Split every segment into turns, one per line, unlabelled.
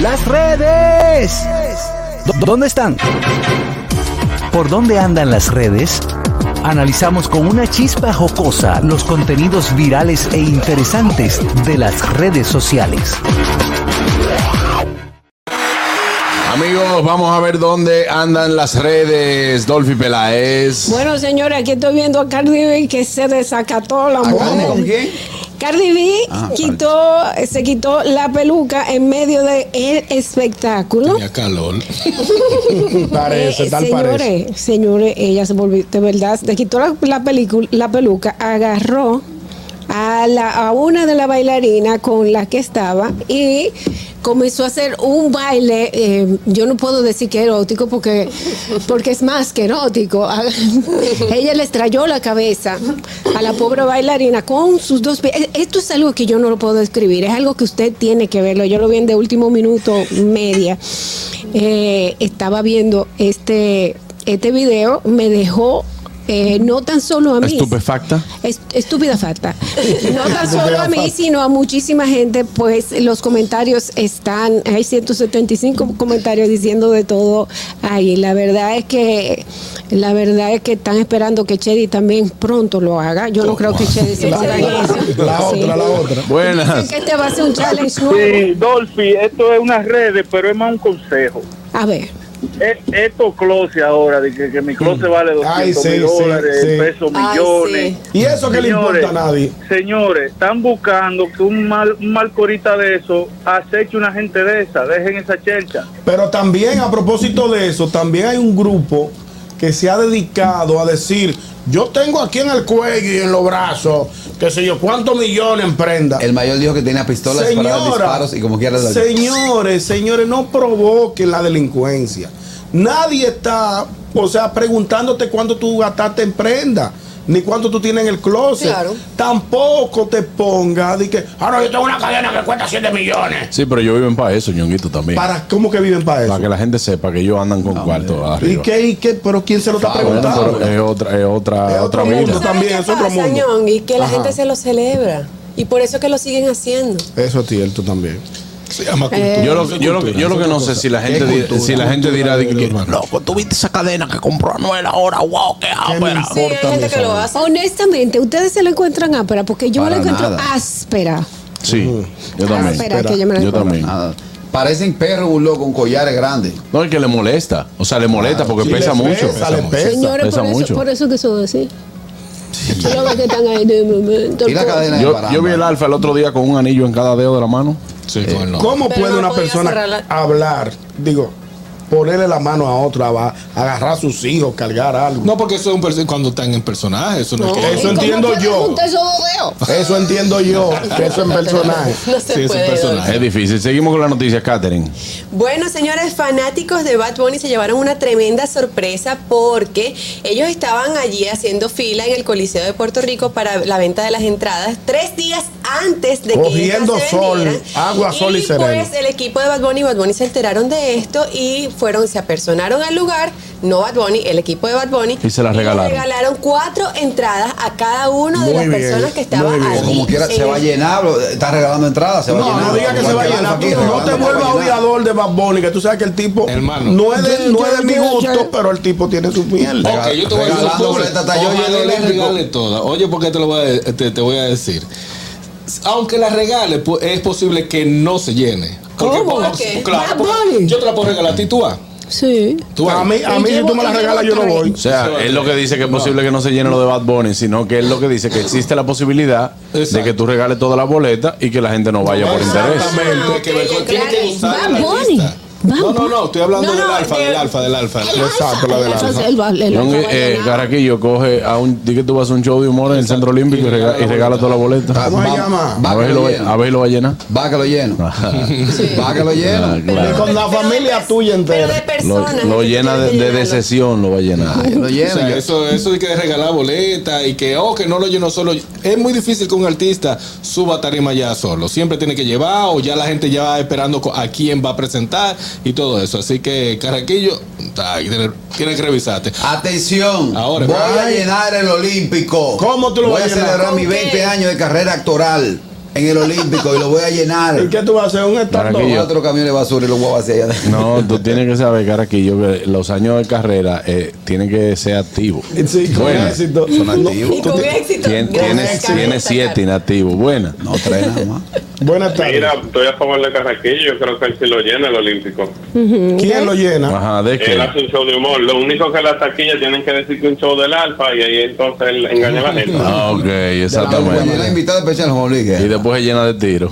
Las redes. ¿Dó- ¿Dónde están? ¿Por dónde andan las redes? Analizamos con una chispa jocosa los contenidos virales e interesantes de las redes sociales.
Amigos, vamos a ver dónde andan las redes. Dolphy Peláez.
Bueno, señores, aquí estoy viendo a Cardi B que se desacató la mujer. Cardi B quitó, se quitó la peluca en medio del espectáculo.
Ya calor.
Eh, señores, señores, ella se volvió, de verdad, le quitó la, la, pelicu- la peluca, agarró a, la, a una de las bailarinas con la que estaba y comenzó a hacer un baile, eh, yo no puedo decir que erótico porque, porque es más que erótico. ella le estrelló la cabeza a la pobre bailarina con sus dos pies. Eh, Esto es algo que yo no lo puedo describir, es algo que usted tiene que verlo. Yo lo vi en de último minuto media eh, estaba viendo este, este video, me dejó eh, no tan solo a mí.
Estupefacta.
Es- estúpida falta. No tan solo a mí, sino a muchísima gente, pues los comentarios están, hay 175 comentarios diciendo de todo ahí. La verdad es que, la verdad es que están esperando que Chedi también pronto lo haga. Yo no creo que Chedi se haga eso.
La
Sí.
otra, la otra.
Dicen
Buenas.
que este va a ser un challenge nuevo.
Sí, Dolphy, esto es unas redes, pero es más un consejo.
A ver.
E- Esto closet ahora, de que, que mi closet vale 200
Mm. Ay, sí,
mil
sí,
dólares,
sí.
pesos,
Ay,
millones.
Y eso que le importa a nadie.
Señores, están buscando que un mal, un mal corita de eso aceche una gente de esa, dejen esa chelcha.
Pero también, a propósito de eso, también hay un grupo que se ha dedicado a decir: Yo tengo aquí en el cuello y en los brazos, qué sé yo, cuántos millones en prenda.
El mayor dijo que tenía pistolas para dar disparos y como quiera la-
Señores, señores, no provoquen la delincuencia. Nadie está, o sea, preguntándote cuánto tú gastaste en prenda. Ni cuánto tú tienes en el closet.
Claro.
Tampoco te ponga de que, ah, no, yo tengo una cadena que cuesta 7 millones.
Sí, pero yo viven para eso, ñonguito también. Para,
¿Para cómo que viven para eso?
que la gente sepa que ellos andan con cuarto
¿Y
arriba.
qué, y qué? ¿Pero quién se lo está
Bueno,
preguntando?
pero es otra, es otra,
Es otro
otra
mundo.
vida.
también, es otro mundo.
Y que la
Ajá.
gente se lo celebra. Y por eso es que lo siguen haciendo.
Eso es cierto también.
Se llama
Eh,
Yo lo, yo lo, yo lo que no sé si la gente, di- si la gente dirá de que loco, tú viste esa cadena que compró Anuel ahora, wow, qué ápera.
Sí, hay gente que lo hace.
Honestamente, ustedes se lo encuentran áspera, porque yo me la
Para
encuentro
nada.
áspera.
Sí,
Ah,
yo
Áspera,
también.
que yo me la
Yo
encuentro.
también.
Nada. Parecen perros burló con collares grandes.
No, es que le molesta. O sea, le molesta porque
Ah, Sí,
pesa
le
mucho.
Pesa, le pesa.
Señores,
Pesa
por eso,
mucho.
por eso que son así. Yo veo que están ahí de momento.
Y la cadena de
Yo,
baramba.
yo vi el alfa el otro día con un anillo en cada dedo de la mano.
Sí, con el nombre.
¿Cómo
Pero
puede
no
una
podía
persona
cerrarla.
hablar, digo, ponerle la mano a otra, va, agarrar a sus hijos, cargar algo?
No, porque eso es un perso- cuando están en personaje. Eso no, es que.
eso entiendo yo. Eso entiendo yo, que eso es personaje.
No se
Sí, es un
puede.
personaje.
Es difícil. Seguimos con las noticias, Katherine.
Bueno, señores, fanáticos de Bad Bunny se llevaron una tremenda sorpresa porque ellos estaban allí haciendo fila en el Coliseo de Puerto Rico para la venta de las entradas tres días antes de
Cogiendo
que estas se
sol,
vendieran.
agua, sol y sereno.
Pues el equipo de Bad Bunny y Bad Bunny se enteraron de esto y fueron, se apersonaron al lugar, no Bad Bunny, el equipo de Bad Bunny.
Y se las regalaron.
le regalaron cuatro entradas a cada una de
Muy
las
bien,
personas que
muy
estaban
bien.
allí.
O como quiera,
en
se va a
el-
llenar. bro. Está regalando entradas, se va a
No,
llenar.
no diga que se va a
Igual
llenar.
Alfa
Tú
aquí,
no te
regalando, se va
vuelvas
a llenar.
odiador de Bad Bunny, que tú sabes que el tipo
Hermano.
no es de, no es de mi gusto, pero el tipo tiene su miel.
Ok, yo te voy a decir
Regalando
una cosa.
boletas hasta yo
Ojalá
llego
y las
olímpico.
regale todas. Oye, porque te lo voy a, te, te voy a decir. Aunque las regale, pu- es posible que no se llene. Porque,
¿Cómo?
bueno,
¿Por qué?
Claro,
Bad
porque
Bunny.
yo te la puedo regalar a ti, tú vas.
Sí.
Tú vas.
A mí, a mí si tú me la regalas, yo no voy.
O sea, es lo que dice que es posible que no se llene lo de Bad Bunny, sino que es lo que dice que existe la posibilidad de
Exacto.
que tú regales todas las boletas y que la gente no vaya por interés.
Exactamente.
Ah,
que ver con-
ok,
tiene que
claro.
gustar
Bad
al artista.
Bunny.
No,
Bad
no, no, estoy hablando
No,
del
no,
alfa,
de- Ah,
del alfa, del alfa.
Exacto, la de la
Entonces, el- el- el-
Yongi, eh, Carraquillo, coge a un, di que tú vas a un show de humor en el Centro Olímpico y rega- y regala todas las
Ah,
boletas.
¿Cómo se
va-
llama?
Va
A ver,
que
si lo
lo
va- a
llena.
ver si lo va a llenar.
Va que lo lleno. Va que lo
Ah,
lleno.
claro.
Y con la
Pero de
familia
pers-
tuya entera.
Pero de
Lo,
personas.
lo
es que
llena
tiene
de,
que
de
llenarlo.
decepción, lo va a llenar.
Lo
O sea,
lleno.
eso, eso de que regalar boletas y que, oh, que no lo llenó solo. Es muy difícil que un artista suba a tarima ya solo. Siempre tiene que llevar o ya la gente ya va esperando co- a quién va a presentar y todo eso. Así que, Carraquillo, ay, tiene- tienes que revisarte.
Atención,
Ahora,
voy a
ay.
llenar el Olímpico.
¿Cómo tú lo
voy
vas a llenar?
celebrar
¿Con
mis
qué?
20 años de carrera actoral. en el Olímpico y lo voy a llenar.
¿Y qué tú vas a hacer? Un estando.
Aquí yo.
Cuatro camiones de basura y los voy a vaciar allá adentro.
No, tú tienes que saber, cara, que yo que los años de carrera eh, tienen que ser activos.
Sí, con
Bueno,
éxito.
son
No,
activos.
Y
tú
con
te-
éxito.
Tien-
gracias,
Tienes,
Carlos,
tienes siete
sacar.
inactivos. Buena.
No, tres nada más.
Buenas tardes.
Mira, estoy a favor de Carraquillo, yo creo que él sí lo llena el Olímpico.
¿Quién lo
Ajá,
llena?
¿de
Él hace
qué?
un show de humor. Lo único que las taquillas tienen que decir que un show del alfa y ahí entonces él engaña a la gente.
Ah, ok,
Mañana
exactamente.
invitado especial Juan Luis
Y
Guerra.
después se llena de tiro.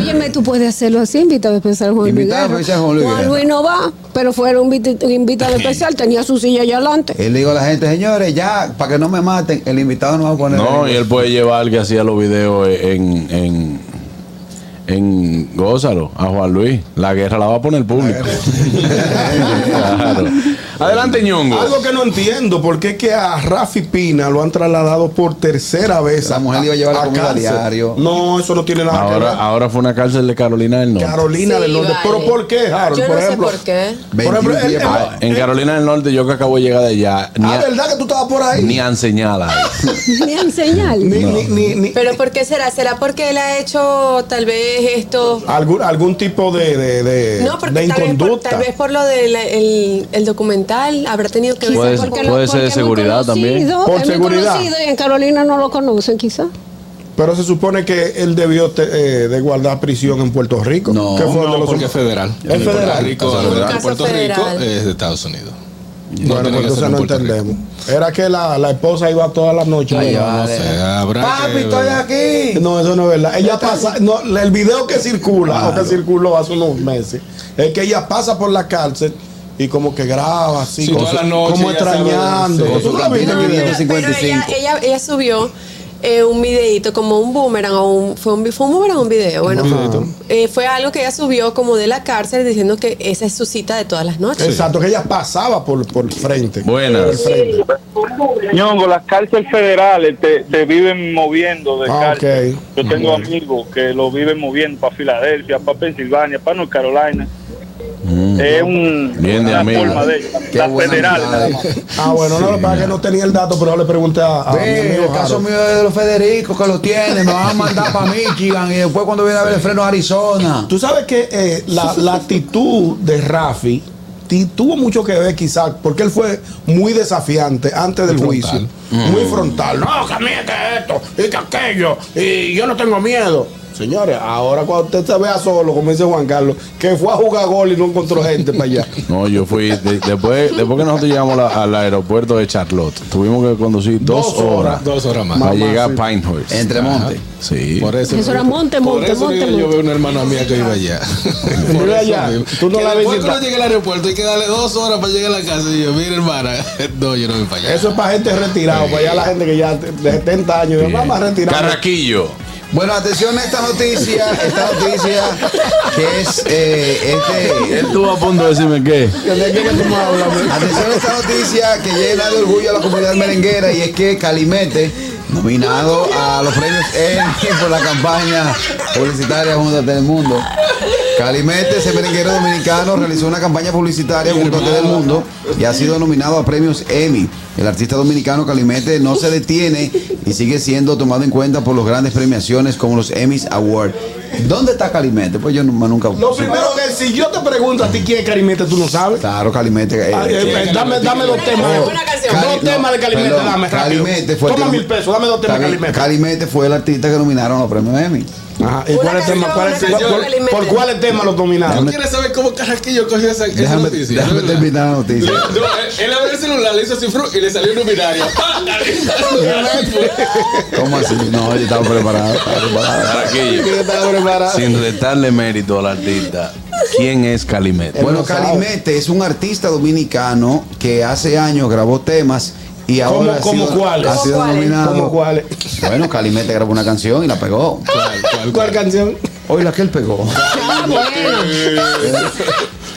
Óyeme, tú puedes hacerlo así, invitado especial Juan Luis
Invitado
Guerra.
especial Juan Luis Guerra.
Luis no va, pero fuera un invit- un invitado especial, tenía su silla allá adelante.
Él le digo a la gente, señores, ya, para que no me maten, el invitado no va a poner.
No, y él puede llevar al que hacía los videos en, en, en Gózalo, a Juan Luis. La guerra la va a poner público. Claro. Adelante, ñongo.
Algo que no entiendo, porque es que a Rafi Pina lo han trasladado por tercera vez.
La
a-
mujer le iba a llevar la comida
cárcel.
diario. ah,
No, eso no tiene nada
Ahora, ahora fue una cárcel de Carolina del
que ver.
Norte.
Carolina
Sí,
del Norte.
vale.
¿Pero por qué, Harold?
Yo
por
no sé
ejemplo,
por qué.
Por ejemplo,
21 días
él-
para-
Ah, en Carolina del Norte yo que acabo de llegar de allá, ni,
Ah,
a-
¿verdad que tú estabas por ahí?
ni han señalado.
Ni al señal.
Ni- ni- ni- ni-
Pero ¿por qué será? ¿Será porque él ha hecho tal vez esto?
algún, algún tipo de, de, de-
No, porque
de
tal vez, por,
Eh, inconducta.
tal vez por lo del el, el documental habrá tenido que
Puede
ver
ser.
con-
lo-
puede ser de
es muy
seguridad también.
Por
es muy
seguridad.
conocido y en Carolina no lo conocen, quizás.
Pero se supone que él debió te- eh, de guardar prisión en Puerto Rico.
No,
que fue de
No,
los-
porque es federal.
Es
Y
federal.
Puerto Rico,
Es
al
federal.
de Puerto
Un caso
Rico
federal.
es de Estados Unidos.
Bueno,
tiene
pues
que ser
entonces
en
no
Puerto Rico.
entendemos. Era que la, la esposa iba todas las noches.
Ay,
¿verdad?
vale.
No sé, habrá
Papi,
que-
estoy aquí.
No, eso no es verdad. Ella pasa, no, el video que circula o que circuló hace unos meses es que ella pasa por la cárcel y como que graba así,
Sí,
como,
todas las noches,
como
ya sabe,
extrañando.
sí.
¿Tú
Con su
no la viste el
cantina
video?
Pero, pero ella,
55.
ella, ella subió eh, un videito como un boomerang o un, fue un, vi- fue un boomerang o un video bueno eh, fue algo que ella subió como de la cárcel diciendo que esa es su cita de todas las noches
Exacto, que ella pasaba por, por frente.
Buenas.
Ñongo, las cárceles federales te, te viven moviendo de
Ah,
cárcel.
ok.
Yo tengo amigos que lo viven moviendo para Filadelfia, para Pensilvania, para North Carolina. Es un,
Bien de
una
amigo.
forma de ellos.
Qué
Las
buena
federales.
mirada.
nada más.
Ah, bueno, no, lo que pasa es que no tenía el dato, pero ahora le pregunté a, a mi
Ve,
amigo
el caso
Harold.
mío es de los Federicos que lo tienen, me van a mandar para Michigan y después cuando viene a ver el freno a Arizona.
Tú sabes que eh, la, la actitud de Rafi ti- tuvo mucho que ver quizás, porque él fue muy desafiante antes del juicio. Muy frontal. No, que a mí es que esto, y que aquello, y yo no tengo miedo. Señores, ahora cuando usted se vea solo, como dice Juan Carlos, que fue a jugar gol y no encontró gente para allá.
No, yo fui, de- después, después que nosotros llegamos la- al aeropuerto de Charlotte, tuvimos que conducir dos,
Dos horas.
horas,
Dos horas más.
para
Mamá,
llegar
sí. Pues
a Pinehurst.
Entre monte.
Sí.
Por eso,
Eso era monte,
por
monte,
eso
monte,
digo, Yo
monte.
veo una hermana mía que vive allá.
Vive
Por eso
allá.
mismo.
Tú no
que
la
después
visitas.
que uno llega al aeropuerto hay que darle dos horas para llegar a la casa. Y yo, mira, hermana, no, yo no voy para allá.
Eso es para gente retirada, para allá la gente que ya te- de 70 años, ya vamos a retirar.
Carraquillo.
Bueno, atención a esta noticia, esta noticia que es eh, este.
Él estuvo a punto de decirme qué.
¿De qué que tú me hablas?
Atención a esta noticia que llena de orgullo a la comunidad merenguera y es que Calimete, nominado a los premios Emmy por la campaña publicitaria junto a Telemundo. Calimete, ese merenguero dominicano, realizó una campaña publicitaria junto a Telemundo y ha sido nominado a premios Emmy. El artista dominicano Calimete no se detiene y sigue siendo tomado en cuenta por las grandes premiaciones como los Emmys Awards. ¿Dónde está Calimete? Pues yo nu- nunca...
Lo primero que si yo te pregunto a ti quién es Carimete, tú no sabes.
Claro, Calimete. eh,
Ay, eh, eh, dame, dame dos temas.
Una buena
Dos
canción.
Oh, Cali- no,
temas de Calimete,
perdón,
dame rápido.
Calimete fue el
Toma
que-
mil pesos, dame dos temas de
Está bien,
Calimete.
Calimete fue el artista que nominaron a los premios Emmy.
Ajá, ¿y
Una
cuál es el tema?
canción,
¿Cuál es-
una canción
por-
de Calimete.
¿Por cuáles temas lo
¿Tú
dominaron?
quieres saber cómo Carraquillo cogió esa, esa
Déjame,
noticia?
déjame
¿De verdad?
terminar la noticia.
No, él- él abrió el celular, le hizo así fru y le salió un binario.
¿Cómo así? No, yo estaba preparado. Estaba preparado.
Carraquillo. Sin retarle mérito al artista. ¿Quién es Calimete?
Bueno,
no sabe.
Calimete es un artista dominicano que hace años grabó temas y
¿Cómo-
ahora ha
cómo
sido,
cuáles?
ha sido
¿Cómo cuáles?
nominado.
¿Cómo cuáles?
Bueno, Calimete grabó una canción y la pegó.
¿Cuál Este, canción?
Hoy la que él pegó.
Ah,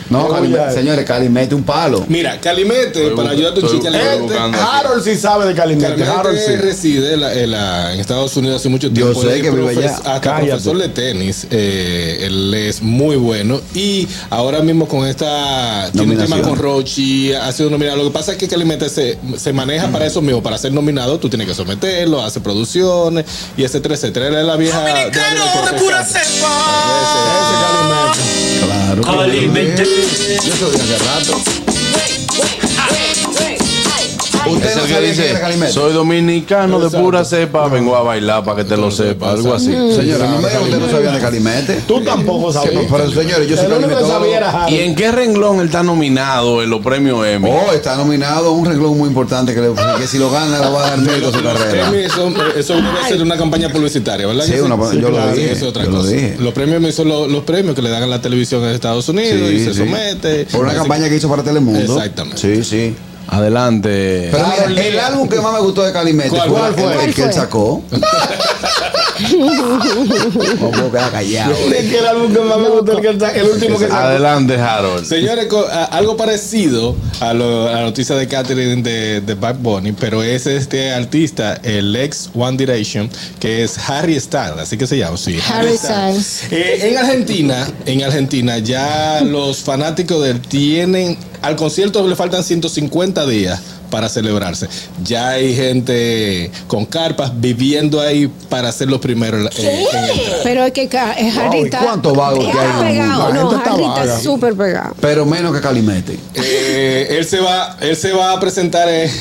No, Calimete, señores, Calimete un palo.
Mira, Calimete,
Estoy
para
bu-
ayudarte un
estoy
chico,
bu-
Calimete.
estoy buscando.
Harold sí sabe de Calimete. Harold sí.
Calimete reside en la- en, la- en Estados Unidos hace mucho tiempo.
sé
Él es
que vive
profes-
allá.
Hasta
Cállate.
profesor de tenis. eh, él es muy bueno. Y ahora mismo con esta. Tiene un tema
Nominación.
con Rochi. Ha sido nominado. Lo que pasa es que Calimete se, se maneja para eso mismo. Para ser nominado, tú tienes que someterlo, hace producciones y etcétera, etcétera. Él es la vieja. de la vieja corte canta.
Claro. Calimete. Yo se lo dije hace rato. Usted
Ese
no
que
sabía que
dice,
era Calimete.
soy dominicano de pura cepa, vengo a bailar para que te lo sepa, algo así.
Señores, no me digan que usted no sabía de Calimete.
Tú tampoco sabes.
No, pero señores, yo soy
El único que sabía
Calimete.
era Harold.
¿Y en qué renglón él está nominado en los premios Emmy?
Oh, está nominado a un renglón muy importante que, le- que si lo gana le va a dar mérito a su carrera.
Premios, Eso, eso debe ser una campaña publicitaria, ¿verdad?
Sí,
que
una- yo lo dije,
eso es otra
yo lo
cosa.
dije.
Los premios me son lo- los premios que le dan a la televisión en Estados Unidos y
Sí,
se
sí.
somete.
Por una
Así
campaña que hizo para Telemundo.
Exactamente.
Sí, sí.
Adelante.
Pero mira, el álbum que más me gustó de Calimete
¿Cuál
fue,
fue?
el-
¿Cuál
el, que él
fue?
sacó. no puedo quedar callado.
Es que el álbum que más me gustó, el, que él sa- el último que sacó.
Adelante, Harold.
Señores, co- a- algo parecido a, lo- a la noticia de Catherine de, de Bad Bunny, pero es este artista, el ex One Direction, que es Harry Styles, así que se llama, sí.
Harry Styles.
Eh, en Argentina, en Argentina ya los fanáticos de él tienen al concierto le faltan 150 días para celebrarse. Ya hay gente con carpas viviendo ahí para ser los primeros. eh, en entrar.
Pero es que ca- eh,
Wow,
Harry
¿y
está.
cuántos vagos que hay en
está
el mundo?
pegado.
La
No,
gente está
Harry está
vaga.
súper pegado.
Pero menos que Calimete.
Eh, él se va, él se va a presentar en,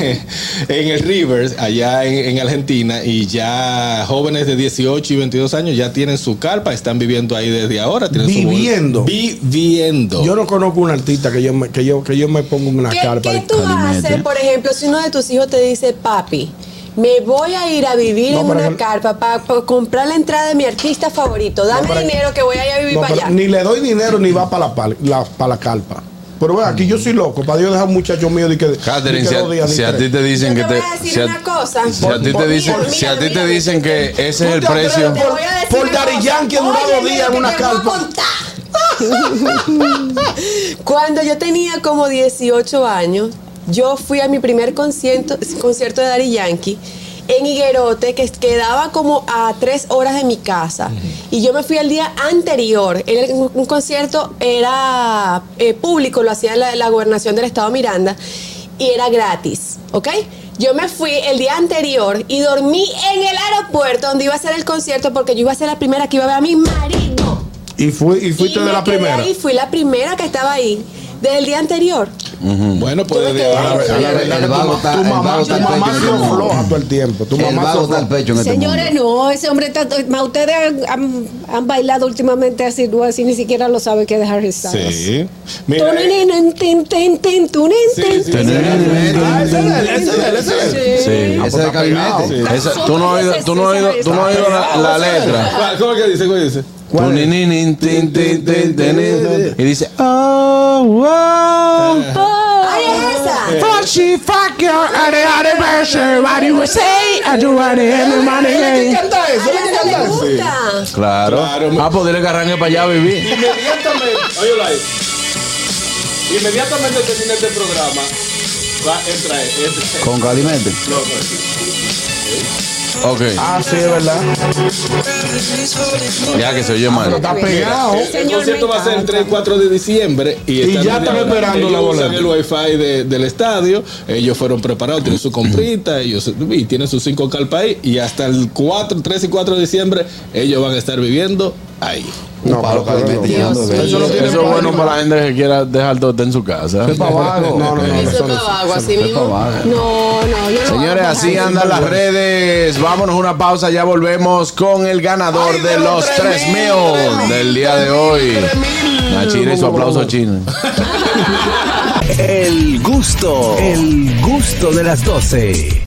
en el Rivers allá en, en Argentina y ya jóvenes de 18 y 22 años ya tienen su carpa, están viviendo ahí desde ahora, tienen su bol-
Viviendo.
viviendo.
Yo no conozco un artista que yo me, que yo, que yo me ponga una
¿Qué,
carpa.
qué
de
tú vas a
Calimete.
hacer, por ejemplo, si uno de tus hijos te dice, papi, me voy a ir a vivir
No,
en
pero
una
no-
carpa para, comprar la entrada de mi artista favorito? Dame
pero-
dinero que voy a ir a vivir
No,
para
pero
allá.
ni le doy dinero ni va para la, pal- la- para la carpa. Pero ve, aquí yo soy loco. Para Dios dejar un muchacho mío de que. de
Catherine,
que
si
dos días,
a,
ni
si a
tres.
ti te dicen
Yo
que
te
te.
voy a decir
si a-
una cosa.
Si a ti te
Por-
dicen,
por-
si a ti
mira,
te
mira,
dicen
mira.
que ese es el
¿Tú te atreves
precio.
por- por Daddy Yankee duraba dos días en una carpa.
Cuando yo tenía como 18 años, yo fui a mi primer concierto, concierto de Daddy Yankee en Higuerote, que quedaba como a tres horas de mi casa. Y yo me fui el día anterior. Era un, un concierto era eh, público, lo hacía la, la gobernación del estado Miranda, y era gratis, ¿ok? Yo me fui el día anterior y dormí en el aeropuerto donde iba a ser el concierto porque yo iba a ser la primera que iba a ver a mi marido.
Y, fui, y fuiste
Y
de
me
la
quedé
primera.
Ahí, fui la primera que estaba ahí desde el día anterior.
Bueno, pues
Yo me
desde
quedé
ahora-
ahí.
La verdad
El
que tu
vago
ma-
está-
tu
el
mamá,
vago está
tu
en
mamá
pecho
se
en este
afloja
mundo.
todo el tiempo. Tu
El
mamá se
vago está
afloja.
al pecho en este
Señores,
mundo.
no, ese hombre está. ma, Ustedes han, han- han bailado últimamente así, no, así ni siquiera lo sabe que es Harry Styles.
Sí. Mira, eh,
Tunin, tin, tin, tin, tunin,
sí,
tin,
sí,
tin.
sí.
Ah, ese es él, ese es él, ese es él.
Ah,
Sí.
Ese de Calimete.
Sí.
Esa- tú no has oído, tú no has oído, tú no has oído la, la letra.
¿Cuál- ¿Cómo que dice? ¿Cómo que dice?
Tú ni, ni, ni, tin, tin, tin, tin, tin. Y dice, oh, wow.
Ay, es esa.
Fuck she, fuck your other, other person. What do you say? I do what the hell, man, again.
canta eso?
Ay, a esa me gusta.
Claro.
Claro.
Ah, pues dile que arranque para allá a vivir.
Inmediatamente, óyelo ahí. Inmediatamente termine este programa. Va, entra, él, entra.
Con Calimete.
No, no.
Ok,
Ah, sí, es verdad. Ah,
ya que se oye mal.
Está pegado.
El
Señor,
concierto
me
va a ser el
encanta.
3 y 4 de diciembre. Y,
ya están
desde ahora.
esperando
ellos
la
usan
boleta.
el wifi de- del estadio. Ellos fueron preparados, tienen su comprita, ellos y tienen sus cinco carpas ahí. Y hasta el 4, 3 y 4 de diciembre, ellos van a estar viviendo ahí.
Un palo Calimete. llenando de-
Eso no tiene Pues
Eso es bueno
problema.
para la gente que quiera dejar todo en su casa.
No, no, no.
Eso es
eso no.
pavago, así mismo.
No, no, yo no.
Señores,
hago
así
nada.
andan las redes. Vámonos una pausa, ya volvemos con el ganador de los 3 mil del día de hoy. La China y su aplauso chino.
El gusto, el gusto de las 12.